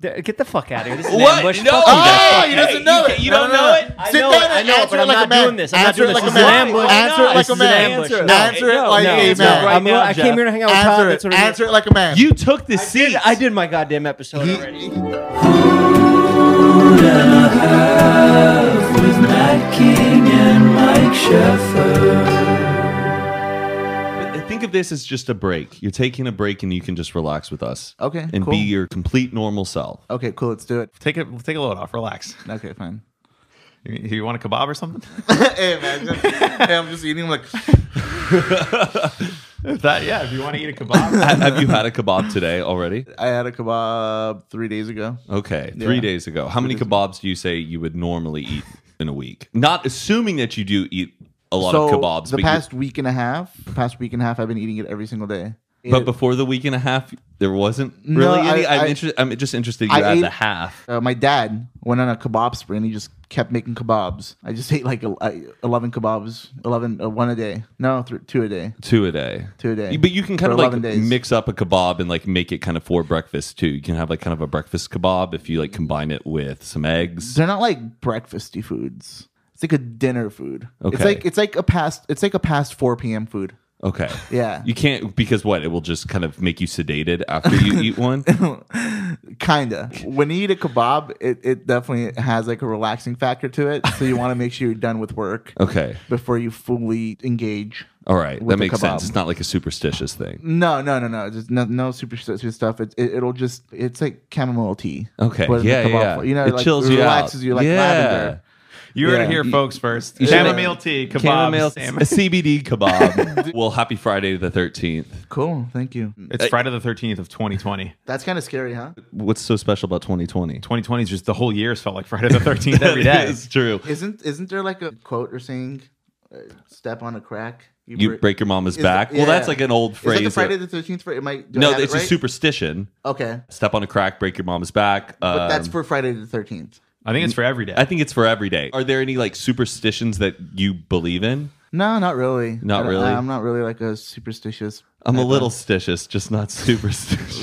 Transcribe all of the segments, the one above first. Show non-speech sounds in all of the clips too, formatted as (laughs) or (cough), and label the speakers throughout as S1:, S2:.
S1: D- Get the fuck out of here. This is an
S2: What?
S1: ambush.
S2: No.
S1: Fuck you guys.
S2: Oh, he doesn't know it. You don't know it?
S1: I
S3: Sit
S1: know,
S3: down
S1: it, I
S3: and
S1: know, it,
S3: answer
S1: but
S3: it
S1: I'm
S3: like
S1: not
S3: a man.
S1: doing this. I'm
S3: Answer it
S1: not doing
S3: like
S1: this. This is
S3: a
S1: an
S3: man.
S1: ambush.
S3: Answer it
S1: This
S3: like
S1: is
S3: a
S1: an
S3: man.
S1: ambush.
S3: Answer it
S1: No.
S3: like a
S1: No,
S3: man.
S1: it's not. I'm-
S3: Right
S1: I
S3: now,
S1: came here to hang out with Todd.
S3: Answer
S1: That's
S3: it.
S1: what I'm
S3: Answer it like a man.
S2: You took the
S1: I did-
S2: seat.
S1: I did my goddamn episode
S3: He-
S1: already.
S4: with Matt King and Mike Sheffer.
S2: Think of this as just a break. You're taking a break and you can just relax with us.
S3: Okay,
S2: And
S3: cool.
S2: be your complete normal self.
S3: okay, cool. Let's do it.
S5: Take it. Take a load off. Relax.
S3: Okay, fine.
S5: You, you want a kebab or something?
S3: (laughs) hey man, just, hey, I'm just eating. I'm like,
S5: If that yeah. If you want to eat a kebab,
S2: Ha- Have
S3: (laughs)
S2: you had a kebab today already?
S3: I had a kebab three days ago.
S2: Okay. Three
S3: Yeah.
S2: days ago. How many kebabs do you say you would normally eat in a week? Not assuming that you do eat a lot
S3: so
S2: of kebabs,
S3: the
S2: but, you-
S3: past week and a half, the past week and a half, I've been eating it every single day.
S2: but before the week and a half, there wasn't really
S3: I-
S2: any. I, am
S3: I-
S2: interested. I'm just interested you
S3: I
S2: add
S3: ate-
S2: the half.
S3: Uh, my dad went on a kebab spree and he just kept making kebabs. I just (laughs) ate like el- I- 11 kebabs, 11, uh, one a day. No, th- two a day.
S2: Two a day.
S3: Two a day.
S2: But you can kind
S3: For
S2: of like
S3: 11 days.
S2: mix up a kebab and like make it kind of for breakfast too. You can have like kind of a breakfast kebab if you like combine it with some eggs.
S3: They're not like breakfasty foods. It's like a dinner food. It's
S2: Okay.
S3: like it's like a past it's like a past 4 p.m. food.
S2: Okay.
S3: Yeah.
S2: (laughs) You can't because what? It will just kind of make you sedated after
S3: (laughs)
S2: you eat one.
S3: (laughs) Kinda. When you eat a kebab, it, it definitely has like a relaxing factor to it. So you want to make sure you're done with work
S2: (laughs) Okay.
S3: before you fully engage.
S2: All right.
S3: With the
S2: that makes
S3: kebab.
S2: sense. It's not like a superstitious thing.
S3: No, no, no, no. Just no, no superstitious stuff. It, it, it'll just, it's like chamomile tea.
S2: Okay.
S3: What is it
S2: yeah, yeah,
S3: called?
S2: yeah.
S3: You know,
S2: it
S3: like,
S2: chills you
S3: relaxes
S2: out.
S3: you like
S2: yeah.
S3: lavender.
S5: you heard it
S3: Yeah.
S5: here, folks. First,
S3: should make-
S5: chamomile tea, kebab,
S2: Chamomile,
S5: salmon.
S2: a
S3: (laughs)
S2: CBD kebab. well, happy Friday the 13th.
S3: Cool. Thank you.
S5: It's Friday the thirteenth of twenty twenty.
S3: That's kind of scary, huh?
S2: What's so special about (laughs) 2020?
S5: Twenty twenty is just the whole year's felt like Friday the
S2: (laughs)
S5: thirteenth every day.
S2: It's true.
S3: Isn't isn't there like a quote or saying, uh, "Step on a crack,
S2: You
S3: break-
S2: break your mama's
S3: Is
S2: back.
S3: that-
S2: Well, that's
S3: yeah.
S2: like an old
S3: Is that
S2: phrase.
S3: the
S2: that-
S3: Friday the Thirteenth? Am I do I
S2: no,
S3: have it
S2: it's a
S3: right?
S2: superstition.
S3: Okay,
S2: Step on a crack, break your mama's back.
S3: but
S2: um,
S3: that's for Friday the Thirteenth.
S5: I think it's for every day.
S2: I think it's for every day. Are there any like superstitions that you believe in?
S3: No, not really.
S2: Not
S3: I don't-
S2: really?
S3: I'm not really like a superstitious.
S2: (laughs) I'm a
S3: type of-
S2: little stitious, just not superstitious.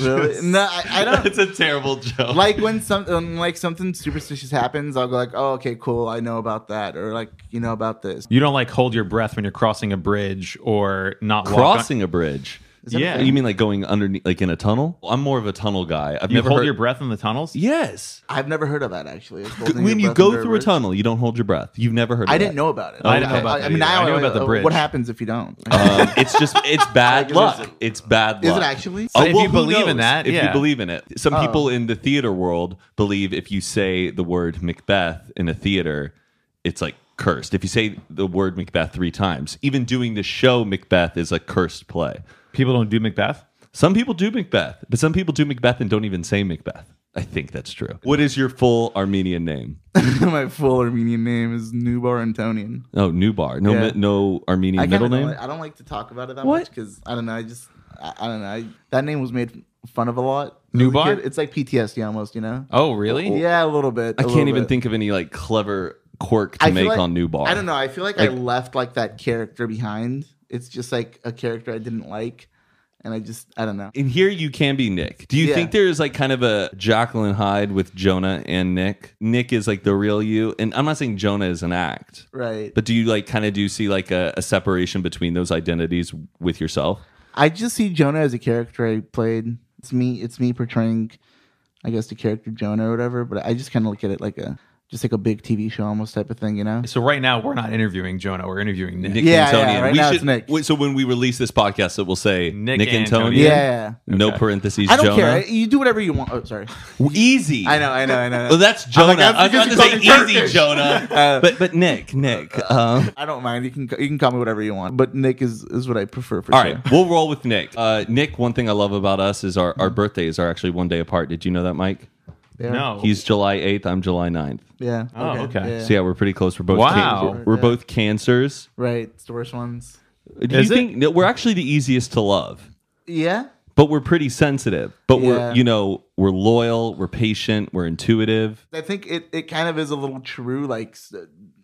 S3: (laughs) Really? No, I, I
S2: (laughs)
S3: don't.
S2: it's a terrible joke.
S3: like when something like something superstitious happens, I'll go like, "Oh, okay, cool. I know about that," or like, "You know about this."
S5: you don't like hold your breath when you're crossing a bridge or not walk on-
S2: crossing a bridge.
S3: that a
S5: yeah,
S3: thing?
S2: You mean like going underneath, like in a tunnel? I'm more of a tunnel guy. I've
S5: you
S2: never
S5: hold
S2: heard.
S5: your breath in the tunnels.
S2: yes.
S3: I've never heard of that actually. It's holding your
S2: When you
S3: breath
S2: go
S3: under
S2: through a
S3: bridge.
S2: tunnel, Oh, you don't hold your breath. You've never heard. Of
S3: I didn't
S2: that.
S3: know about it.
S5: I didn't know about
S3: I,
S5: that
S3: mean,
S5: either.
S3: I,
S5: I know
S3: always-
S5: about the
S3: uh,
S5: bridge.
S3: What happens if you don't?
S2: Um, it's just it's
S3: Like,
S2: bad
S3: is
S2: luck.
S3: it-
S2: It's bad
S3: (laughs) Is it
S2: luck.
S3: actually?
S5: So if you
S2: who
S5: believe in that,
S2: if you
S5: yeah.
S2: believe in it, some
S3: Oh.
S2: people in the theater world believe if you say the word Macbeth in a theater, it's like cursed. If you say the word Macbeth three times, even doing the show Macbeth is a cursed play.
S5: People don't do Macbeth.
S2: Some people do Macbeth, but some people do Macbeth and don't even say Macbeth. I think that's true. What is your full Armenian name?
S3: (laughs)
S2: (laughs)
S3: My full Armenian name is Nubar Antonian.
S2: Oh, Nubar. No,
S3: Yeah.
S2: mi- no Armenian
S3: kinda
S2: middle
S3: don't
S2: name.
S3: like- I don't like to talk about it that
S2: What?
S3: much because I don't know. I just I, I don't know. I, that name was made fun of a lot. as a
S5: Nubar?
S3: kid. It's like PTSD almost. You know.
S5: Oh, really?
S3: Yeah, a little bit.
S2: I
S3: I
S2: can't even think of any like clever quirk to
S3: I feel
S2: make
S3: like-
S2: on Nubar.
S3: I don't know. I feel like, I
S2: Like-
S3: left like that character behind. It's just like a character I didn't like, and I just I don't know.
S2: In here, you can be Nick. Do you
S3: Yeah.
S2: think there is like kind of a Jacqueline Hyde with Jonah and Nick? Nick is like the real you, and I'm not saying Jonah is an act,
S3: Right.
S2: but do you like kind of do see like a, a separation between those identities with yourself?
S3: I just see Jonah as a character I played. It's me. It's me portraying, I guess, the character Jonah or whatever. But I just kind of look at it like a just like a big TV show almost type of thing, you know?
S5: So right now we're not interviewing Jonah. We're interviewing Nick.
S2: Nick
S3: Yeah,
S2: Antonian.
S3: yeah, right
S2: we
S3: now
S2: should,
S3: it's Nick.
S2: wait, So when we release this podcast, it will say Nick,
S5: Nick
S2: Antonian.
S3: Yeah.
S5: Yeah.
S2: No
S5: Okay.
S2: parentheses.
S3: I don't
S2: Jonah.
S3: care. You do whatever you want. Oh,
S2: (laughs)
S3: sorry.
S2: Easy.
S3: I know. I know. I know.
S2: Well, that's Jonah.
S3: like, that's
S2: I was about to
S3: because
S2: say
S3: you called me
S2: easy,
S3: Turkish. Uh,
S2: Jonah. but but Nick, Nick. Um,
S3: Uh-huh.
S2: (laughs)
S3: I don't mind. You can you can call me whatever you want, but Nick is is what I prefer for
S2: All
S5: (laughs)
S3: sure.
S2: right, we'll roll with Nick. Uh, Nick, one thing I love about us is our, our birthdays are actually one day apart. Did you know that, Mike?
S3: There.
S5: No.
S2: He's July 8th, I'm July 9th.
S3: Yeah.
S5: Oh, okay.
S3: Yeah.
S2: So yeah, we're pretty close. We're both
S5: Wow.
S2: can- we're both cancers.
S3: Right. It's the worst ones.
S2: Do
S5: Is
S2: you
S5: it?
S2: think no, we're actually the easiest to love?
S3: Yeah.
S2: But we're pretty sensitive. But we're
S3: Yeah.
S2: you know, we're loyal, we're patient, we're intuitive.
S3: I think it, it kind of is a little true. Like s-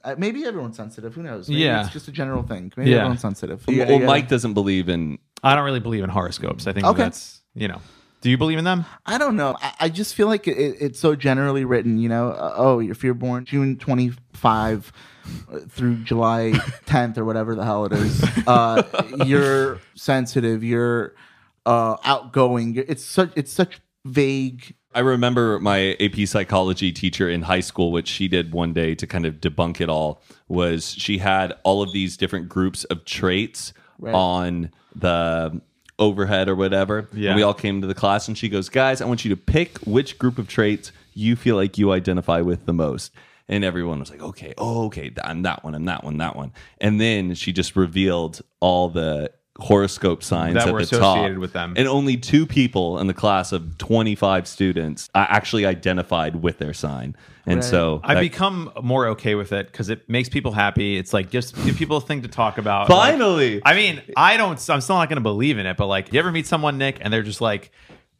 S3: uh, maybe everyone's sensitive. Who knows? Maybe
S5: Yeah.
S3: It's just a general thing. Maybe
S5: Yeah.
S3: everyone's sensitive.
S2: well, Mike doesn't believe in
S5: I don't really believe in horoscopes. I think
S3: Okay.
S5: that's you know Do you believe in them?
S3: I don't know. I, I just feel like it, it's so generally written, you know. Uh, oh, if you're born June 25 through July 10th or whatever the hell it is, uh, you're sensitive. You're uh, outgoing. You're- It's such it's such vague.
S2: I remember my AP psychology teacher in high school, what she did one day to kind of debunk it all was she had all of these different groups of traits
S3: Right.
S2: on the overhead or whatever.
S5: Yeah.
S2: And we all came to the class and she goes, Guys, I want you to pick which group of traits you feel like you identify with the most. And everyone was like, Okay, oh, okay, th- I'm that one, I'm that one, that one. And then she just revealed all the horoscope signs
S5: That
S2: at
S5: were
S2: the top.
S5: associated with them.
S2: And and only two people in the class of 25 students uh, actually identified with their sign. And
S3: Right.
S2: so
S5: I've
S2: that-
S5: become more okay with it because it makes people happy. It's like just give people a thing to talk about. Like,
S2: finally,
S5: I mean, I don't. I'm still not going to believe in it, but like, you ever meet someone, Nick, and they're just like,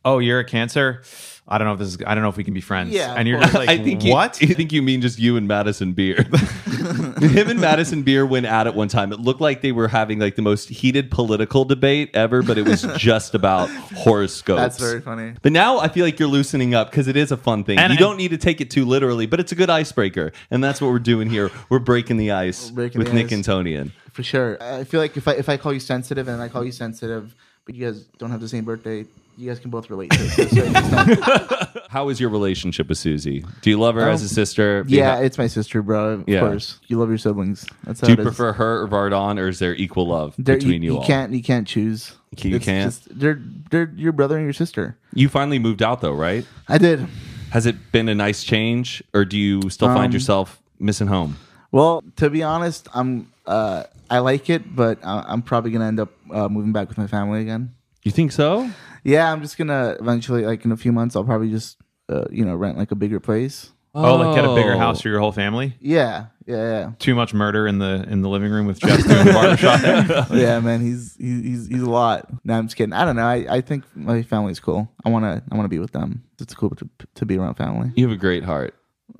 S5: "Oh, you're a Cancer. I don't know if this is. I don't know if we can be friends."
S3: Yeah,
S5: and you're
S3: of
S5: just like,
S2: (laughs) (laughs) I think you,
S5: what?
S2: I think you mean just you and Madison Beer. (laughs) Him and Madison Beer went at it one time. It looked like they were having like the most heated political debate ever, but it
S3: (laughs)
S2: was just about horoscopes.
S3: That's very funny.
S2: But now I feel like you're loosening up because it is a fun thing.
S5: And
S2: you
S5: I-
S2: don't need to take it too literally, but it's a good icebreaker, and that's what we're doing here. We're breaking the ice
S3: breaking
S2: with
S3: the
S2: Nick
S3: ice.
S2: Antonian.
S3: for sure. I feel like if I if I call you sensitive and I call you sensitive, but you guys don't have the same birthday, you guys can both relate. To it. So it's just
S2: (laughs)
S3: not-
S2: How is your relationship with Susie? Do you love her as a sister? Do you
S3: Oh, yeah,
S2: ha-
S3: it's my sister, bro. Of
S2: Yeah.
S3: course, you love your siblings. That's how
S2: Do you
S3: it is.
S2: prefer her or Vardon, or is there equal love
S3: There- e-,
S2: between you,
S3: you,
S2: all?
S3: can't you can't choose.
S2: You can't?
S3: Just, they're they're your brother and your sister.
S2: You finally moved out though, right?
S3: I did.
S2: Has it been a nice change, or do you still
S3: Um,
S2: find yourself missing home?
S3: Well, to be honest, I'm uh I like it, but I- I'm probably gonna end up uh, moving back with my family again.
S2: You think so?
S3: Yeah, I'm just gonna eventually, like in a few months, I'll probably just uh, you know rent like a bigger place.
S5: oh, like get a bigger house for your whole family.
S3: Yeah, yeah,
S5: Too much murder in the in the living room with Jeff doing the barbershop.
S3: (laughs)
S5: there.
S3: yeah, yeah, man. He's he- he's he's a lot. No, I'm just kidding. I don't know. I, I think my family's cool. I wanna I wanna be with them. It's cool to to be around family.
S2: You have a great heart,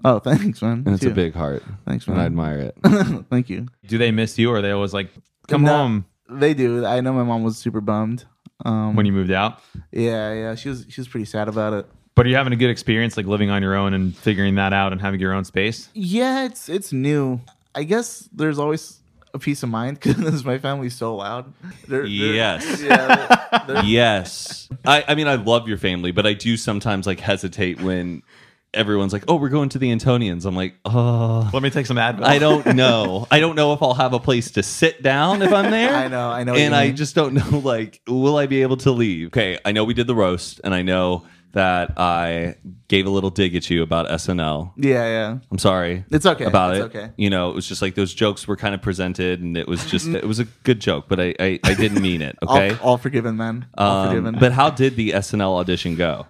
S3: Oh, (laughs) thanks, man.
S2: and it's
S3: You
S2: a
S3: too.
S2: big heart.
S3: Thanks,
S2: and I
S3: man.
S2: admire it. (laughs)
S3: (laughs) Thank you.
S5: Do they miss you, or are they always like, "Come
S3: No,
S5: home"
S3: They do. I know my mom was super bummed. Um,
S5: when you moved out?
S3: yeah, yeah, she was she was pretty sad about it.
S5: But are you having a good experience, like living on your own and figuring that out and having your own space?
S3: Yeah, it's it's new. I guess there's always a peace of mind (laughs) because my family's so loud. They're- they're-
S2: Yes.
S3: yeah,
S2: (laughs)
S3: they're-
S2: yes, I, I mean I love your family, but I do sometimes like hesitate when everyone's like, "Oh, we're going to the Antonians." I'm like, "Oh,
S5: Let me take some Advil.
S2: I
S3: (laughs)
S2: don't know. I don't know if I'll have a place to sit down if I'm there.
S3: I know, I know what
S2: And
S3: you
S2: I
S3: mean.
S2: just don't know, (laughs) like, will I be able to leave? Okay, I know we did the roast, and I know that I gave a little dig at you about SNL.
S3: yeah, yeah.
S2: I'm sorry.
S3: It's okay.
S2: About
S3: It's
S2: it.
S3: okay.
S2: You know, it was just like those jokes were kind of presented, and it was just, it was a good joke, but I, I, I didn't mean it. Okay.
S3: Mm-hmm. (laughs) All, all forgiven, man. All
S2: Um,
S3: forgiven.
S2: but how did the SNL audition go?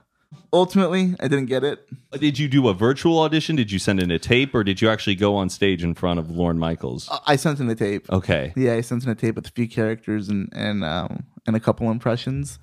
S3: ultimately, I didn't get it.
S2: Did you do a virtual audition? Did you send in a tape, or did you actually go on stage in front of Lorne Michaels?
S3: I sent in the tape.
S2: Okay.
S3: Yeah, I sent in a tape with a few characters and and um, and a couple impressions.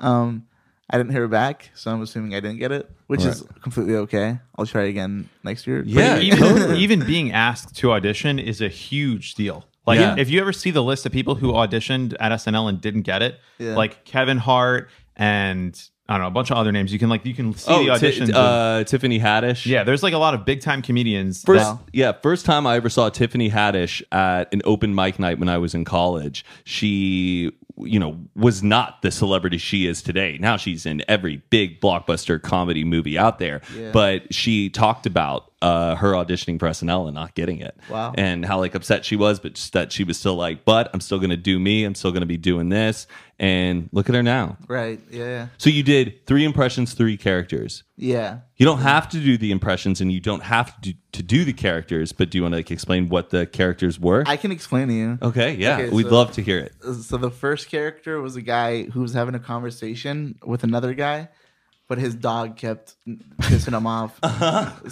S3: Um, I didn't hear back, so I'm assuming I didn't get it, which is completely okay. I'll try again next year.
S2: Yeah.
S5: But (laughs)
S2: (laughs)
S5: even, even being asked to audition is a huge deal. Like
S2: Yeah.
S5: if you ever see the list of people who auditioned at SNL and didn't get it,
S3: Yeah.
S5: like Kevin Hart and I don't know a bunch of other names, you can like you can see the
S2: Ti-
S5: auditions. of-
S2: Oh, uh, Tiffany Haddish.
S5: yeah, there's like a lot of big time comedians.
S2: First,
S5: that-
S2: yeah, first time I ever saw Tiffany Haddish at an open mic night when I was in college. She, you know, was not the celebrity she is today. Now she's in every big blockbuster comedy movie out there. But she talked about uh, her auditioning for SNL and not getting it.
S3: Wow.
S2: And how like upset she was, but just that she was still like, "But I'm still going to do me. I'm still going to be doing this." And look at her now.
S3: Right. Yeah. Yeah.
S2: So you did three impressions, three characters.
S3: Yeah.
S2: You don't have to do the impressions and you don't have to do, to do the characters, but do you want to like explain what the characters were?
S3: I can explain to you.
S2: okay, yeah,
S3: Okay,
S2: we'd
S3: so-
S2: love to hear it.
S3: so the first character was a guy who was having a conversation with another guy, but his dog kept pissing him
S2: (laughs)
S3: off.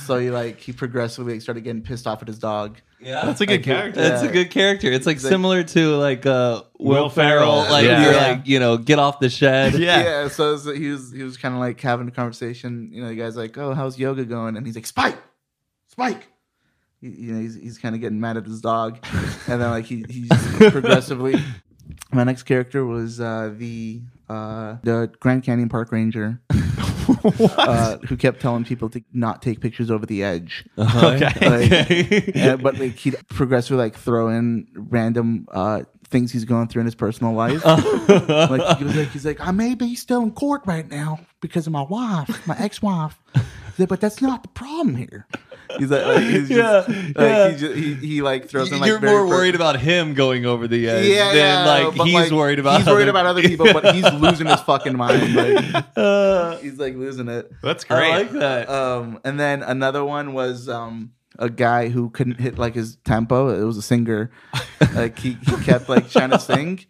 S3: So he like he progressively started getting pissed off at his dog.
S2: Yeah,
S5: that's a good character.
S2: That's a good character. It's like similar to like uh, Will,
S5: Will
S2: Ferrell,
S5: Ferrell.
S2: like
S5: Yeah.
S2: you're
S3: Yeah.
S2: like you know, get off the shed. (laughs)
S5: Yeah.
S3: so, so he was he was kind of like having a conversation. You know, the guy's like, "Oh, how's yoga going?" And he's like, "Spike, Spike." You- You know, he's, he's kind of getting mad at his dog, and then like he he's progressively. My next character was uh, the uh, the Grand Canyon Park Ranger uh, who kept telling people to not take pictures over the edge.
S2: Uh-huh.
S3: Like, uh, but like he'd progressively like throw in random uh, things he's going through in his personal
S2: (laughs)
S3: life. like he was like he's like I may be still in court right now because of my wife, my ex-wife. He's like, but that's not the problem here. He's like, like, he's just,
S2: Yeah,
S3: like
S2: yeah.
S3: He, just, he he like throws
S2: (laughs)
S3: in like
S2: You're
S3: very
S2: more
S3: per-
S2: worried about him going over the edge
S3: yeah,
S2: than
S3: yeah,
S2: like
S3: but,
S2: he's worried about
S3: he's worried about other people, but
S2: (laughs)
S3: he's losing his fucking mind. Like, he's like losing it.
S5: That's
S2: Uh, I
S5: great. (laughs)
S2: like that.
S3: Um, and then another one was um, a guy who couldn't hit like his tempo. It was
S5: (laughs)
S3: a singer. like he, he kept like trying to sing,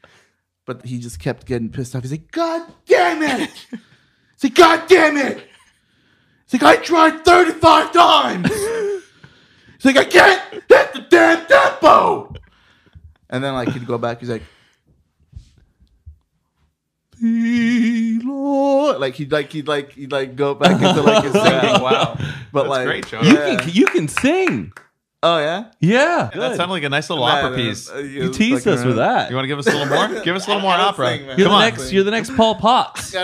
S3: but he just kept getting pissed off. He's like, God damn it! He's like, God damn it! He's like, I tried 35 times! He's like, I can't hit the damn tempo! And then like he'd go back, he's like, "Be Lord." like he'd like he'd like he'd like go back into like
S5: (laughs)
S3: his singing.
S2: (laughs)
S5: wow.
S3: But
S5: That's
S3: like,
S5: great, John.
S2: you
S3: yeah.
S2: can you can sing.
S3: oh yeah,
S2: Yeah,
S5: That sounded like a nice little opera
S2: uh,
S5: piece.
S3: Uh,
S2: you teased us with that.
S5: You want to give us a little
S2: (laughs)
S5: more? Give us a little more
S3: I don't
S5: opera.
S3: sing, man.
S2: You're
S5: Come
S2: the
S5: on.
S2: next. You're the next Paul Potts.
S3: (laughs)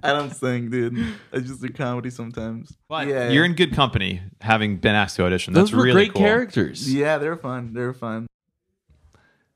S3: I don't (laughs) sing, dude. I just do comedy sometimes.
S5: But
S3: yeah,
S5: You're in good company having been asked to audition.
S2: Those
S5: That's
S2: were
S5: really
S2: great
S5: cool.
S2: characters.
S3: yeah, they're fun. They're fun.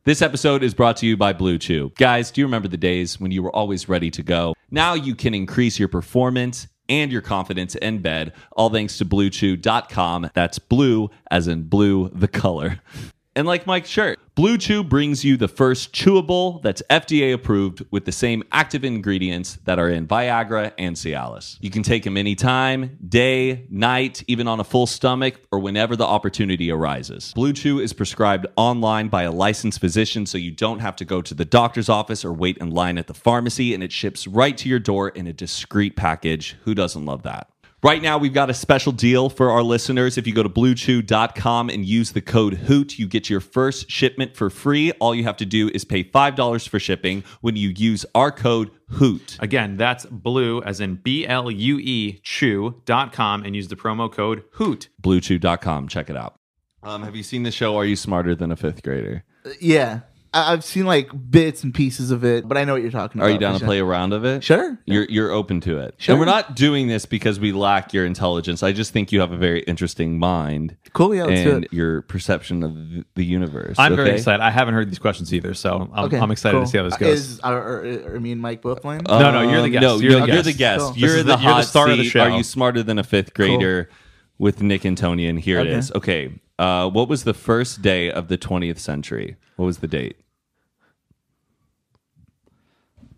S2: This episode is brought to you by Blue Chew. Guys, do you remember the days when you were always ready to go? Now you can increase your performance and your confidence in bed, all thanks to BlueChew.com. That's blue as in blue, the color. (laughs) And like Mike's shirt, Blue Chew brings you the first chewable that's FDA approved with the same active ingredients that are in Viagra and Cialis. You can take them anytime, day, night, even on a full stomach, or whenever the opportunity arises. Blue Chew is prescribed online by a licensed physician, so you don't have to go to the doctor's office or wait in line at the pharmacy, and it ships right to your door in a discreet package. Who doesn't love that? Right now, we've got a special deal for our listeners. If you go to bluechew.com and use the code HOOT, you get your first shipment for free. All you have to do is pay $5 for shipping when you use our code HOOT.
S5: Again, that's blue as in B L U E chew.com and use the promo code HOOT.
S2: Bluechew.com. Check it out. Um, have you seen the show Are You Smarter Than a Fifth Grader?
S3: Uh, Yeah, I- I've seen like bits and pieces of it, but I know what you're talking about.
S2: Are you down to
S3: Sure.
S2: play a round of it?
S3: Sure.
S2: You're, you're open to it.
S3: Sure.
S2: And we're not doing this because we lack your intelligence. I just think you have a very interesting mind
S3: Cool. Yeah, let's do
S2: and
S3: it.
S2: your perception of th- the universe.
S5: I'm very
S2: okay?
S5: excited. I haven't heard these questions either, so I'm, I'm excited
S3: cool. Uh,
S5: to see how this goes. Uh,
S3: Is are, are, are me and Mike both playing?
S5: No, no, you're the
S2: Um,
S5: guest.
S2: No,
S5: You're
S2: no,
S5: the
S2: you're the
S5: guest.
S2: guest.
S3: Cool.
S2: You're,
S5: This is
S2: the,
S5: the- you're
S2: hot
S5: the star of the
S2: seat.
S5: show.
S2: Are you smarter than a fifth grader? With Nick Antonian. Here it
S3: Okay.
S2: is. Okay. Uh, what was the first day of the 20th century? What was the date?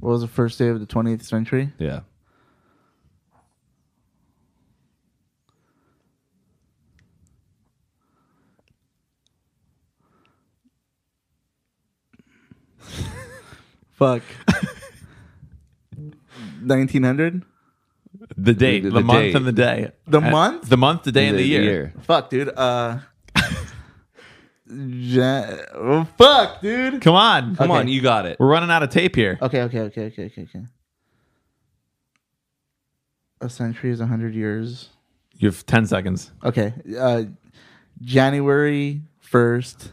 S3: What was the first day of the 20th century?
S2: Yeah.
S3: Fuck. (laughs) 1900.
S5: the date,
S2: The-
S5: the,
S2: the
S5: month,
S2: date.
S5: and the day.
S3: The
S5: Uh,
S3: month?
S5: the month, the day, and the, year.
S3: Fuck, dude. Uh. (laughs) Ja- oh, fuck, dude.
S5: Come on,
S2: Come
S3: Okay. Uh,
S2: on, you got it.
S5: we're running out of tape here.
S3: Okay, okay, okay, okay, okay, okay. A century is a hundred years.
S5: You have ten seconds.
S3: Okay. Uh, January first,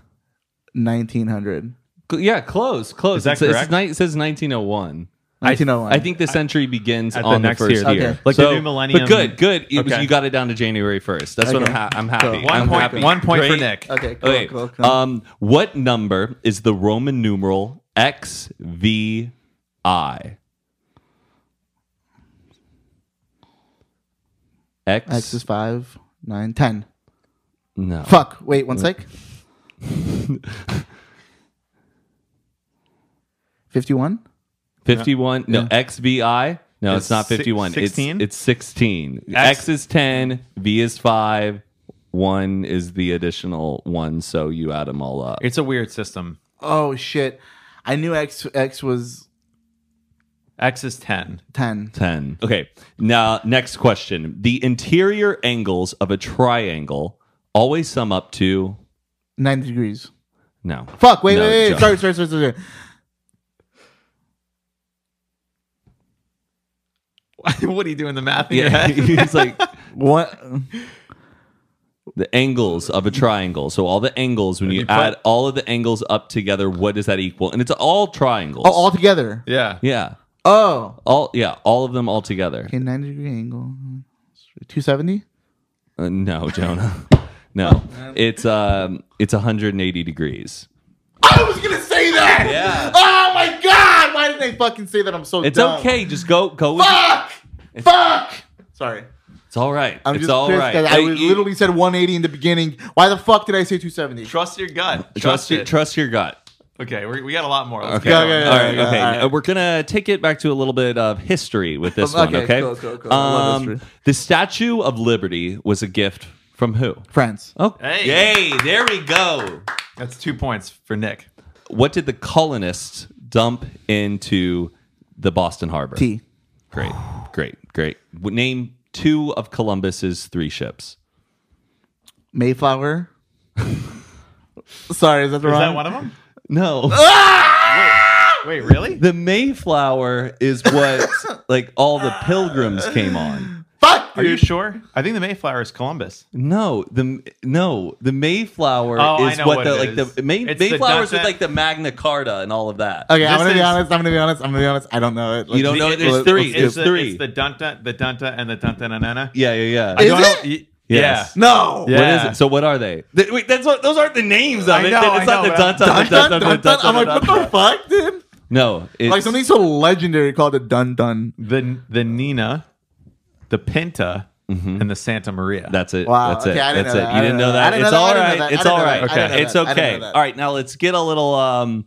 S3: nineteen hundred.
S2: Cl- Yeah, close, close.
S5: Is that
S2: It's- it's
S5: correct?
S2: ni- it says 1901.
S3: Nineteen oh one.
S2: I think the century begins
S5: At the
S2: on the,
S5: next
S2: first
S5: year.
S2: year,
S3: Okay.
S5: Like the new millennium.
S2: But good, good. It was,
S5: Okay.
S2: you got it down to January first. That's what
S3: Okay.
S2: I'm. Ha- I'm happy.
S3: Cool.
S5: One
S2: I'm
S5: point-
S2: happy.
S5: one point for
S2: Great.
S5: Nick.
S3: Okay, uh, cool,
S2: Okay.
S3: cool, cool.
S2: Um, what number is the Roman numeral XVI? X,
S3: X is five, nine, ten.
S2: no.
S3: Fuck. Wait, one (laughs) sec. Fifty-one.
S2: 51 no, XVI no, it's,
S5: It's
S2: not
S5: si-
S2: 51.
S5: 16?
S2: It's it's 16. X,
S5: X-
S2: is 10, V is 5, 1 is the additional one so you add them all up.
S5: It's a weird system.
S3: Oh shit! I knew X X was
S5: X is ten. (laughs)
S3: ten.
S2: 10. Okay. Now, next question. The interior angles of a triangle always sum up to
S3: Ninety degrees.
S2: no.
S3: Fuck! Wait,
S2: No,
S3: wait, wait!
S2: John.
S3: Sorry, sorry, sorry, sorry. sorry.
S5: what are you doing the math? In your (laughs)
S2: (laughs) Yeah. (laughs)
S5: head?
S2: He's like
S3: What?
S2: The angles of a triangle. So all the angles, when you, add all of the angles up together, what does that equal? And it's all triangles.
S3: Oh, all together.
S5: Yeah.
S2: yeah.
S3: Oh,
S2: All yeah, all of them all together.
S3: okay, ninety degree angle, two seventy. (laughs)
S2: Uh, no, Jonah. No. It's um it's 180 degrees.
S3: I was gonna say that.
S2: Yeah.
S3: Oh my god! Why did they fucking say that? I'm so.
S2: It's
S3: dumb.
S2: okay. Just go go with it.
S3: Fuck. Fuck. Sorry.
S2: It's all right.
S3: I'm
S2: it's
S3: just
S2: all
S3: pissed
S2: right.
S3: 'cause I
S2: Hey,
S3: was
S2: you-
S3: literally said 180 in the beginning. Why the fuck did I say 270?
S5: Trust your gut.
S2: trust
S5: Trust,
S2: your
S5: it.
S2: trust your gut.
S5: okay, we we got a lot more. Let's
S2: Okay.
S5: get
S3: Yeah,
S5: going.
S3: yeah, yeah.
S2: all right. okay.
S3: all right.
S2: Uh, We're gonna take it back to a little bit of history with this
S3: Okay,
S2: one. Okay.
S3: cool, cool, cool. I love
S2: Um,
S3: history.
S2: the Statue of Liberty was a gift from who?
S3: France.
S2: Oh,
S5: Hey.
S2: yay! There we go.
S5: That's two points for Nick.
S2: What did the colonists dump into the Boston Harbor?
S3: T.
S2: Great, great, great. W- Name two of Columbus's three ships.
S3: Mayflower. Sorry, is that the
S5: Is
S3: wrong?
S5: that one of them?
S2: No.
S5: Wait, really?
S2: (laughs) The Mayflower
S3: (laughs)
S2: is what like all the pilgrims came on.
S3: Fuck,
S5: Are you
S3: dude.
S5: sure? I think the Mayflower is Columbus.
S2: No, the no, the Mayflower
S5: Oh, I
S2: is
S5: know
S2: what,
S5: what
S2: the
S5: it
S2: like
S5: is.
S2: the May,
S5: It's the
S2: Mayflowers
S5: Dutch-
S2: with like the Magna Carta and all of that.
S3: Okay,
S5: This
S3: I'm gonna be
S5: is-
S3: honest. I'm gonna be honest. I'm gonna be honest. I don't know it.
S2: You don't know it? There's
S3: Let's- let's
S2: three.
S5: It's,
S2: There's
S5: the,
S2: three.
S5: it's the Dunta, the Dunta, and the Dunta Nanana.
S2: yeah, yeah,
S5: I
S2: yeah.
S3: Is
S5: don't know-
S3: it?
S5: y-
S2: Yes.
S5: Yeah.
S3: No.
S5: Yeah.
S2: What is it? So what are they? Th- wait, that's what those aren't the names of
S5: I
S2: it.
S5: know,
S2: it's
S5: I
S2: not
S5: know,
S2: the
S5: but I'm-
S2: dun dun
S3: Dun, dun,
S2: dun dun
S3: dun, dun.
S2: dun dun
S3: I'm like,
S2: dun,
S3: what
S2: dun.
S3: the fuck, dude?
S2: No, it's
S3: Like something so legendary called the dun dun.
S5: The the Nina, the Pinta,
S2: Mm-hmm.
S5: and the Santa Maria.
S2: That's it.
S3: Wow.
S2: That's
S3: Okay,
S2: it.
S3: I didn't
S2: That's
S3: know
S2: it.
S3: that. I
S2: You
S3: didn't
S2: didn't
S3: know
S2: know
S3: that.
S2: that.
S3: I didn't
S2: It's
S3: know
S2: all
S3: that. I
S2: right.
S3: didn't know
S2: It's
S3: that. I didn't know
S2: all right.
S3: that. I didn't know
S2: It's
S3: that. I didn't know
S2: okay.
S3: that.
S2: All right. Now let's get a little um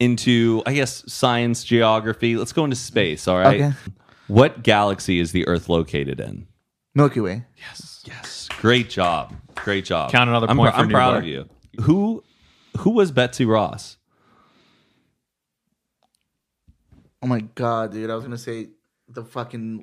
S2: into I guess science, geography. Let's go into space. All right.
S3: Okay.
S2: What galaxy is the Earth located in?
S3: Milky Way.
S2: Yes. Great job. Great job.
S5: Count another
S2: I'm,
S5: point
S2: pr-
S5: for
S2: I'm proud of
S5: Newbar.
S2: you. Who who was Betsy Ross? (laughs)
S3: Oh my god, dude! I was gonna say the fucking.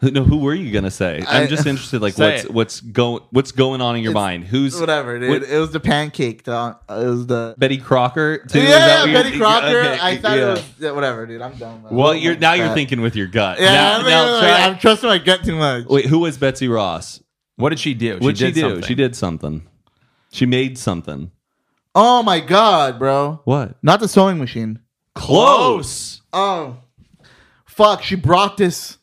S2: Who- No, who were you gonna say? I,
S3: I-
S2: am just interested.
S5: (laughs)
S2: Like,
S5: Say
S2: what's
S5: it.
S2: what's going what's going on in your
S3: It's-
S2: mind? Who's
S3: Whatever, dude.
S2: what-
S3: it was the pancake. The, uh, it was the.
S2: Betty Crocker? Too? Is that
S3: yeah,
S2: what
S3: yeah,
S2: you're
S3: Betty
S2: thinking?
S3: Crocker.
S2: Okay,
S3: I thought
S2: yeah.
S3: it was yeah, whatever, dude. I'm done. man.
S2: Well,
S3: Oh
S2: you're
S3: my
S2: now you're
S3: God.
S2: thinking with your gut.
S3: Yeah,
S2: Now-
S3: I'm,
S2: now
S3: thinking,
S2: try-
S3: like, I'm trusting my gut too much.
S2: Wait, who was Betsy Ross?
S5: what did she do?
S2: What did she do?
S5: something.
S2: She did something. She made something.
S3: Oh my god, bro!
S2: What?
S3: Not the sewing machine.
S2: Close.
S3: Oh, fuck! She brought this.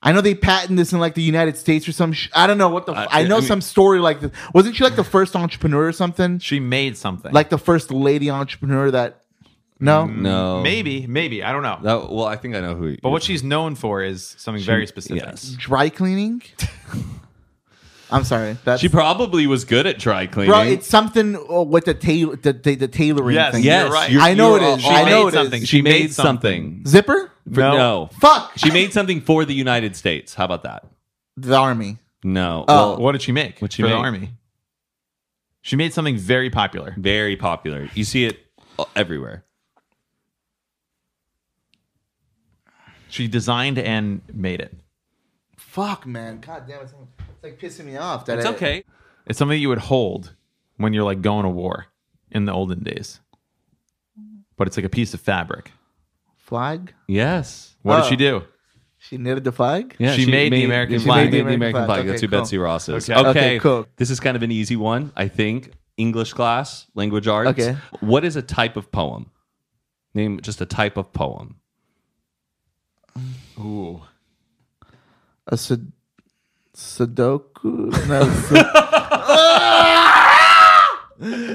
S3: I know they patented this in like the United States or some. Sh- I don't know what the. F-
S2: Uh,
S3: I
S2: I
S3: know
S2: mean-
S3: some story like this. Wasn't she like the first entrepreneur or something?
S5: She made something.
S3: Like the first lady entrepreneur that. No.
S2: Mm, No.
S5: maybe, maybe I don't know.
S2: Oh. um, That, well, I think I know who.
S5: But what she's known for is something very specific.
S2: Yes.
S3: Dry cleaning. (laughs) I'm sorry. That's
S2: She probably was good at dry cleaning.
S3: bro. It's something uh, with the tail the, the, the tailoring
S5: Yes, yes.
S3: thing.
S2: yes,
S5: You're right.
S2: you're-
S3: I know
S2: you're
S3: it is.
S2: all-
S3: I
S2: she
S3: know
S2: made
S3: it is.
S2: something. She made something.
S3: Zipper.
S2: For-
S5: No.
S2: no.
S3: Fuck
S2: She made something for the United States. How about that?
S3: (laughs) the army.
S2: No.
S3: Oh.
S2: Well,
S5: What did she make?
S2: What'd she
S5: for the
S2: make?
S5: army? She made something very popular.
S2: very popular. You see it everywhere.
S5: She designed and made it.
S3: Fuck man. God damn it. It's like pissing me off. That
S2: It's
S3: I-
S2: okay.
S5: It's something you would hold when you're like going to war in the olden days. But it's like a piece of fabric.
S3: Flag.
S2: Yes.
S5: What
S3: Oh.
S5: did she do?
S3: She knitted the flag.
S2: Yeah,
S5: She made the American
S2: she
S5: flag.
S2: made the American, flag.
S3: Okay,
S2: That's who
S3: cool.
S2: Betsy Ross is.
S5: Okay.
S2: Okay.
S3: Okay, cool.
S2: This is kind of an easy one, I think. English class, language arts.
S3: Okay.
S2: What is a type of poem? Name just a type of poem.
S5: Ooh.
S3: A sud- Sudoku. No. (laughs) sud-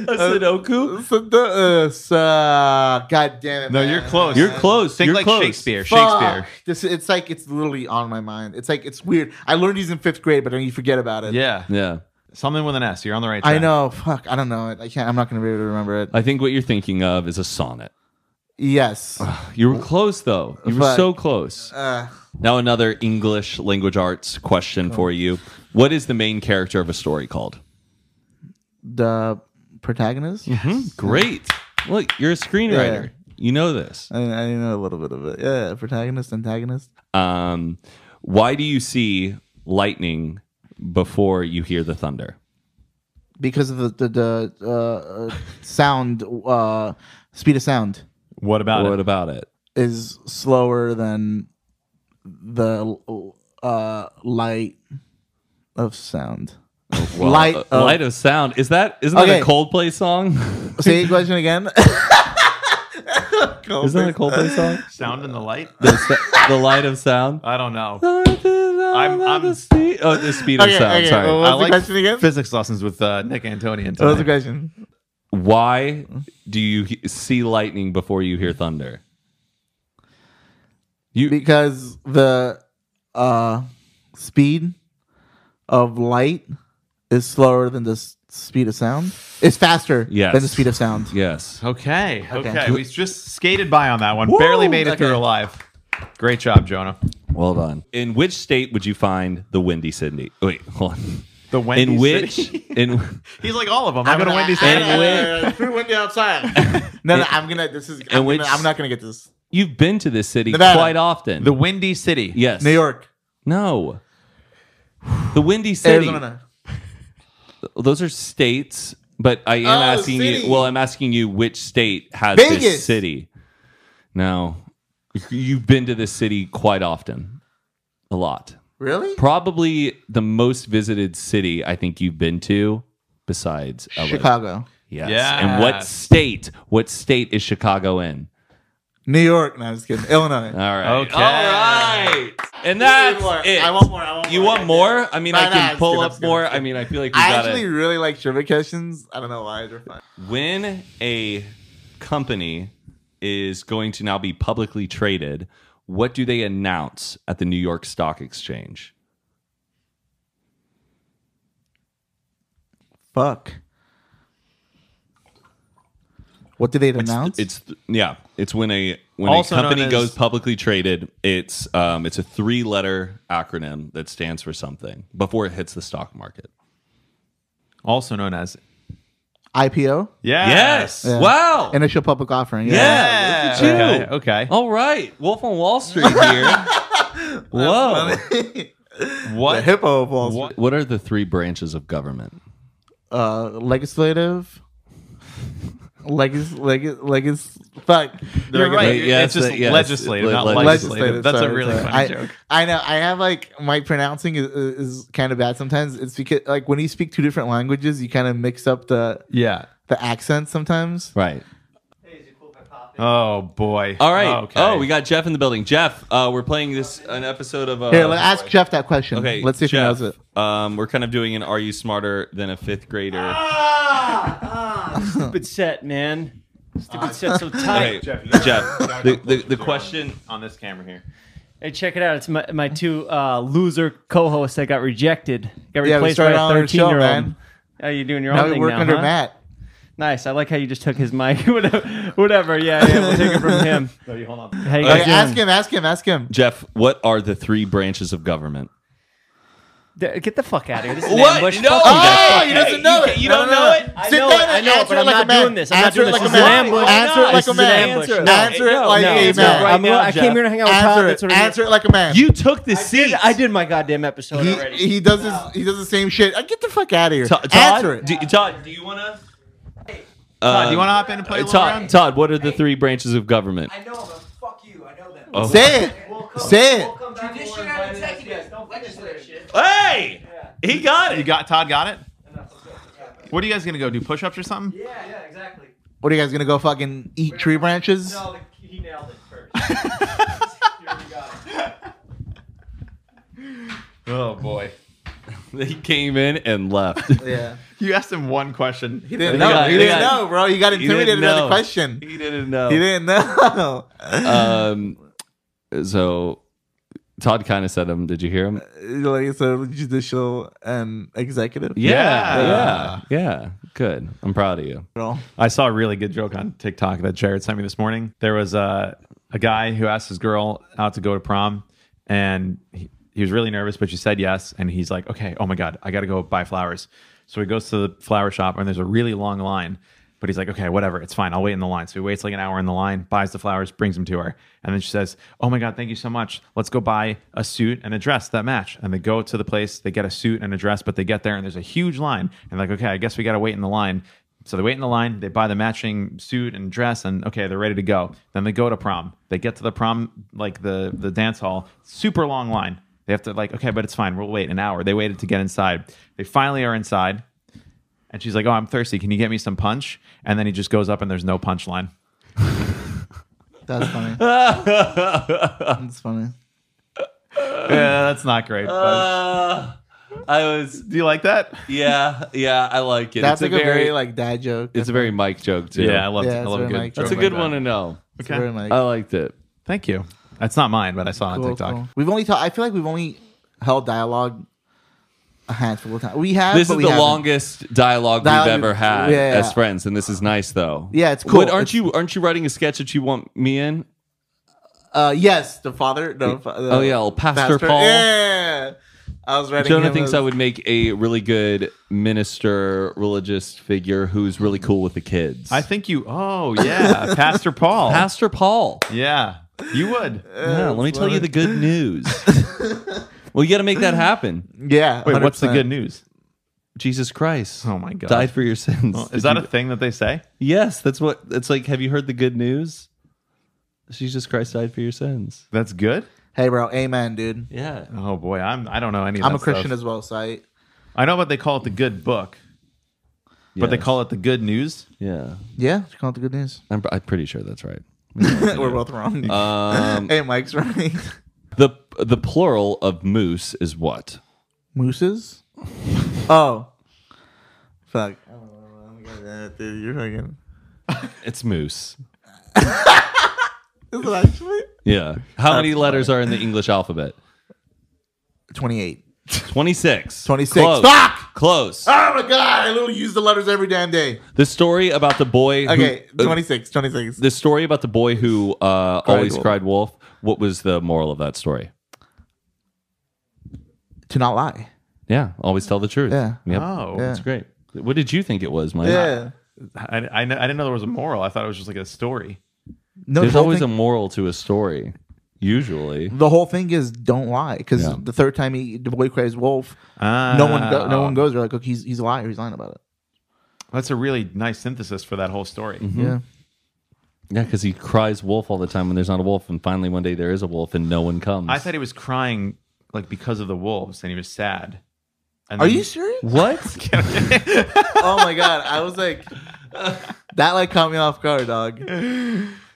S2: A Sudoku?
S3: sud- uh, su- God damn it.
S5: No,
S3: man.
S5: you're close.
S2: You're close.
S5: Think
S2: You're
S5: like
S2: close.
S5: Shakespeare.
S3: Shakespeare.
S5: Shakespeare.
S3: This it's like it's literally on my mind. It's like it's weird. I learned these in fifth grade, but then you forget about it.
S5: Yeah.
S2: Yeah.
S5: Something with an S. You're on the right track.
S3: I know. Fuck. I don't know it. I can't. I'm not gonna be able to remember it.
S2: I think what you're thinking of is a sonnet.
S3: yes.
S2: You were close though. You were
S3: Fuck.
S2: so close.
S3: Uh,
S2: Now another English language arts question for you. What is the main character of a story called?
S3: the protagonist.
S5: Mm-hmm.
S2: Hmm, Great. Look, you're a screenwriter. You know this.
S3: I, I know a little bit of it. Yeah, protagonist, antagonist.
S2: Um, why do you see lightning before you hear the thunder?
S3: Because of the the, the uh,
S5: (laughs)
S3: uh, sound, uh, speed of sound
S5: What about
S2: what
S5: it?
S2: about it?
S3: is slower than the uh, light of sound.
S2: Well,
S3: Light
S2: uh,
S3: of-
S2: light of sound. Is that isn't
S3: Okay.
S2: that a Coldplay song? (laughs)
S3: Say the question again.
S2: isn't that a (laughs) Coldplay song?
S3: (laughs)
S5: Sound in the light?
S2: The, sa- the light of sound.
S5: I don't know.
S2: I'm,
S5: I'm-
S2: the speed. Oh, the speed of
S3: Okay,
S2: sound.
S3: okay,
S2: Sorry.
S3: well, What's the question again?
S5: physics lessons with uh, Nick Antonian.
S3: What was the
S5: tonight.
S3: question?
S2: Why do you he- see lightning before you hear thunder? You
S3: Because the uh, speed of light is slower than the s- speed of sound. It's faster
S2: Yes.
S3: than the speed of sound.
S2: yes.
S5: Okay, okay,
S3: Okay.
S5: We just skated by on that one. Barely made it through alive. Great job, Jonah.
S2: Well done. In which state would you find the windy Sydney? Wait, (laughs) hold on.
S5: The Wendy's
S2: in which
S5: City.
S2: in
S5: (laughs) he's like all of them. I go to Wendy's.
S2: And
S5: City.
S3: Through windy outside. No, no, I'm gonna. This is. I'm,
S2: which-
S3: gonna, I'm not gonna get this.
S2: you've been to this city
S3: Nevada.
S2: quite often.
S5: The Windy City.
S2: yes.
S3: New York,
S2: No. The windy city.
S3: Arizona.
S2: Those are states, but I am
S3: Oh,
S2: asking
S3: city.
S2: you. Well, I'm asking you which state has
S3: Vegas.
S2: this city. No, you've been to this city quite often, a lot.
S3: Really?
S2: Probably the most visited city I think you've been to, besides LA.
S3: Chicago,
S2: Yes.
S5: Yes.
S2: And what state? What state is Chicago in?
S3: New York. No, I'm just kidding. Illinois.
S2: All right.
S5: Okay.
S2: All right. And that's it.
S3: I want more. I want more.
S2: you want more? I mean,
S3: No,
S2: I
S3: no,
S2: can
S3: I'm
S2: pull
S3: just
S2: up
S3: kidding, I'm
S2: more.
S3: just
S2: I mean, I feel like we
S3: I
S2: gotta.
S3: actually really like trivia questions. I don't know why they're fun.
S2: when a company is going to now be publicly traded, what do they announce at the New York Stock Exchange?
S3: Fuck. What do they
S2: It's-
S3: announce?
S2: It's, yeah, it's when a when
S5: Also
S2: a
S5: known
S2: company
S5: as-
S2: goes publicly traded, it's um it's a three letter acronym that stands for something before it hits the stock market.
S5: Also known as
S3: IPO,
S5: yes.
S3: Yeah.
S2: Wow.
S3: initial public offering. Yeah.
S2: yeah. Oh, Look at you.
S5: Okay. okay.
S2: All right. Wolf on Wall Street (laughs) here. Whoa.
S3: (laughs) The
S5: What?
S3: hippo falls.
S5: What?
S2: What are the three branches of government?
S3: Uh, legislative. Legis, legis, legis, fuck.
S5: You're
S3: Legis-
S5: right.
S2: Wait, yes,
S5: it's just
S2: uh, yes.
S5: legislative,
S2: Le-
S5: not legislative.
S2: legislative.
S5: That's
S3: sorry,
S5: a really
S3: sorry.
S5: funny
S3: I,
S5: joke.
S3: I know. I have like my pronouncing is, is kind of bad sometimes. It's because like when you speak two different languages, you kind of mix up the
S5: Yeah.
S3: the accents sometimes.
S2: Right.
S5: Oh boy.
S2: All right.
S5: Okay.
S2: Oh, we got Jeff in the building. Jeff, uh, we're playing this an episode of. Uh,
S3: Here, let ask Jeff that question. Okay, let's see if
S2: Jeff,
S3: he knows it.
S2: Um, we're kind of doing an "Are you smarter than a fifth grader?"
S1: Stupid set, man. Stupid set so
S2: Okay,
S1: tight.
S2: Jeff,
S5: Jeff, you got-
S2: the, the, the question.
S5: on this camera here.
S1: Hey, check it out. It's my, my two uh, loser co-hosts that got rejected. Got
S3: Yeah, we
S1: replaced by
S3: started
S1: a
S3: on our show,
S1: 13-year-old.
S3: man.
S1: How you doing your
S3: Now
S1: own
S3: we
S1: thing
S3: work
S1: now,
S3: under
S1: huh?
S3: Matt.
S1: Nice. I like how you just took his mic. (laughs) Whatever- Whatever. Yeah, yeah. We'll take it from him.
S3: (laughs)
S5: So you hold on.
S1: How you
S3: Okay,
S1: guys
S3: ask
S1: doing?
S3: him. Ask him. Ask him.
S2: Jeff, what are the three branches of government?
S1: D- Get the fuck out of here. This is an
S2: What?
S1: ambush.
S2: No.
S1: Fuck you guys.
S2: Oh,
S3: he doesn't know it.
S2: You
S3: No,
S2: don't
S3: no,
S2: know
S3: no.
S2: it.
S1: I
S3: Sit
S1: know
S3: down
S1: it. I
S3: and
S1: know it,
S3: answer
S1: but
S3: it
S1: I'm
S3: like
S1: not
S3: a man.
S1: doing this. I'm not
S3: Answer
S1: doing
S3: it
S1: this. This
S3: like a
S1: is
S3: man.
S1: an ambush.
S3: Answer it like
S1: This
S3: a
S1: is an
S3: man.
S1: ambush.
S3: Answer it.
S1: No,
S3: Answer it like
S1: no,
S3: a
S1: it's
S3: man.
S1: not. I'm
S2: Right
S1: not-
S2: now,
S1: I came here to hang out with Todd.
S3: Answer
S1: That's
S3: it.
S1: what I'm here-
S3: Answer it like a man.
S2: You took the seat.
S1: Dude, I did my goddamn episode
S3: He,
S1: already.
S3: he does this. He does the same shit. Uh, Get the fuck out of here.
S2: To- Todd,
S3: Answer it.
S2: Do, Todd, do you want to?
S5: Todd, do Uh, you want to hop in and play a little
S2: Uh, Todd,
S5: round?
S2: Todd, what are the three branches of government?
S6: I know them. Fuck you. I know them.
S2: Oh.
S3: Say it. Say it.
S6: Judiciary and executive. Legislative shit.
S2: Hey, he got
S5: You got Todd. Got it. What are you guys gonna go do? Push-ups or something?
S6: Yeah, yeah, exactly.
S3: What are you guys gonna go fucking eat tree branches?
S6: No, the, he nailed it
S3: (laughs)
S6: first. Here we go.
S5: Oh boy.
S2: (laughs) He came in and left.
S3: Yeah.
S5: You asked him one question. He
S3: didn't
S2: They
S3: know.
S2: got-
S3: He
S2: they
S3: didn't
S2: got-
S3: know, bro. You got
S2: he didn't
S3: intimidated by the
S2: know.
S3: question.
S2: (laughs) He didn't know.
S3: He didn't (laughs) know.
S2: um so todd kind of said him did you hear him
S3: like it's a judicial and executive.
S5: Yeah.
S2: yeah yeah good i'm proud of you
S3: Bro.
S5: I saw a really good joke on TikTok that Jared sent me this morning. There was a a guy who asked his girl out to go to prom, and he, he was really nervous, but she said yes, and he's like, "Okay, oh my god, I got to go buy flowers." So he goes to the flower shop, and there's a really long line. But he's like, okay, whatever, it's fine. I'll wait in the line. So he waits like an hour in the line, buys the flowers, brings them to her. And then she says, Oh my God, thank you so much. Let's go buy a suit and a dress that match. And they go to the place, they get a suit and a dress, but they get there and there's a huge line. And like, okay, I guess we got to wait in the line. So they wait in the line, they buy the matching suit and dress, and okay, they're ready to go. Then they go to prom. They get to the prom, like the the dance hall, super long line. They They have to like, okay, but it's fine. We'll wait an hour. They waited to get inside. They finally are inside, and she's like, "Oh, I'm thirsty. Can you get me some punch?" And then he just goes up, and there's no punchline. (laughs)
S3: That's
S2: (laughs)
S3: funny. That's funny.
S5: yeah, (laughs) that's not great. but-
S2: Uh, I was.
S5: do you like that?
S2: Yeah, yeah, I like it.
S3: That's
S2: it's
S3: like a very,
S2: very
S3: like dad joke.
S2: It's a very Mike joke too.
S5: Yeah, I love.
S3: Yeah,
S5: I
S3: it's
S5: love a
S3: very
S5: good.
S3: Mike
S5: joke
S2: that's a
S5: like
S2: good
S5: that.
S2: one to know.
S3: It's very, like,
S2: I liked it.
S5: Thank you. That's not mine, but I saw it on
S3: cool,
S5: TikTok.
S3: cool. We've only. Ta- I feel like we've only held dialogue a handful of times. We have.
S2: This
S3: but
S2: is
S3: we
S2: the
S3: haven't.
S2: longest dialogue
S3: Dialogue-
S2: we've ever had
S3: yeah, yeah.
S2: as friends, and this is nice though.
S3: Yeah, it's cool.
S2: What, aren't
S3: It's-
S2: you? Aren't you writing a sketch that you want me in?
S3: Uh, yes, the father. The, fa- the
S2: Oh yeah, well, Pastor, Paul.
S3: Yeah, I was writing.
S2: Jonah
S3: him
S2: thinks
S3: as-
S2: I would make a really good minister, religious figure who's really cool with the kids.
S5: I think you. Oh yeah, Pastor Paul. (laughs)
S2: Pastor Paul.
S5: yeah, you would.
S2: Yeah, let me tell you the good news. well, you got to make that happen.
S3: Yeah.
S5: Wait, what's the
S3: 100%.
S5: good news?
S2: Jesus Christ.
S5: Oh my God.
S2: Died for your sins.
S5: Is
S2: Did
S5: that
S2: you-
S5: a thing that they say?
S2: Yes, that's what it's like. Have you heard the good news? Jesus Christ died for your sins.
S5: That's good.
S3: Hey, bro. Amen, dude.
S2: Yeah.
S5: Oh boy, I'm. I don't know any. Of
S3: I'm
S5: that
S3: a Christian
S5: Stuff.
S3: as well, so I.
S5: I know, but they call it the good book. But they call it the good news.
S2: Yeah.
S3: Yeah, it's called the good
S2: (laughs)
S3: news.
S2: I'm, I'm pretty sure that's right.
S3: We're both wrong.
S2: Um,
S3: hey, Mike's right.
S2: (laughs) the the plural of moose is what?
S3: Mooses. (laughs) Oh, fuck. I don't know. I'm gonna- Dude, you're fucking.
S2: It's moose.
S3: Is it actually
S2: Yeah. How many letters are in the English alphabet?
S3: 28?
S2: 26.
S3: 26.
S2: Close.
S3: Fuck!
S2: Close.
S3: Oh my god! I literally use the letters every damn day.
S2: The story about the boy who-
S3: Okay,
S2: uh,
S3: 26, 26.
S2: the story about the boy who uh, always
S3: wolf.
S2: cried wolf. What was the moral of that story?
S3: to not lie.
S2: Yeah, always tell the truth.
S3: Yeah.
S2: Yep.
S5: Oh,
S3: Yeah.
S2: That's great. What did you think it was, Mike?
S3: Yeah.
S5: I, I, kn- I didn't know there was a moral. I thought it was just like a story.
S3: No,
S2: There's
S3: the whole
S2: always
S3: thing- Mm-hmm.
S2: a moral to a story, usually.
S3: the whole thing is don't lie because
S2: Yeah.
S3: the third time he the boy cries wolf, no one go, no
S5: Oh.
S2: Ah.
S3: one goes. They're like, look, he's he's a liar. He's lying about it.
S5: That's a really nice synthesis for that whole story.
S3: Yeah,
S2: Yeah, because he cries wolf all the time when there's not a wolf, and finally one day there is a wolf and no one comes.
S5: I thought he was crying like because of the wolves, and he was sad. And
S3: are
S5: then-
S3: you (laughs)
S5: (laughs)
S3: serious?
S2: what?
S3: oh my god, I was like, that like caught me off guard, (laughs) dog.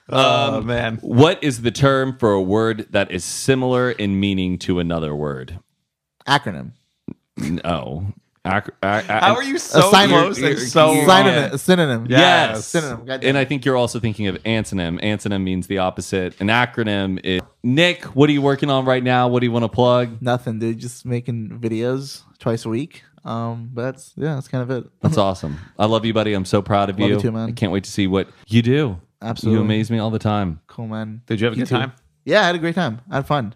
S5: Oh man,
S2: what is the term for a word that is similar in meaning to another word?
S3: Acronym.
S2: No. Ac-
S5: how are you so
S3: sign-
S5: close and so
S3: Synonym.
S5: wrong?
S3: A synonym.
S5: Yes.
S3: A synonym. Goddamn.
S2: And I think you're also thinking of antonym. Antonym means the opposite. An acronym is Nick. What are you working on right now? What do you want to plug?
S3: Nothing, dude. Just making videos twice a week. Um, but that's yeah, that's kind of it.
S2: That's awesome. I love you, buddy. I'm so proud of
S3: Love you
S2: you.
S3: too, man.
S2: I can't wait to see what you do.
S3: Absolutely.
S2: you amaze me all the time.
S3: Cool, man.
S5: Did you have a good
S3: too.
S5: time?
S3: Yeah, I had a great time. I had fun.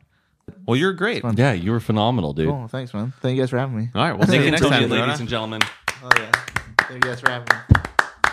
S5: Well, you're great. All
S2: Yeah, you were phenomenal, dude.
S3: Cool. Thanks, man. Thank you guys for having me.
S5: right,
S3: (laughs)
S5: we'll see you next time, Jonah.
S2: ladies and gentlemen.
S3: Oh yeah. Thank you guys for having me.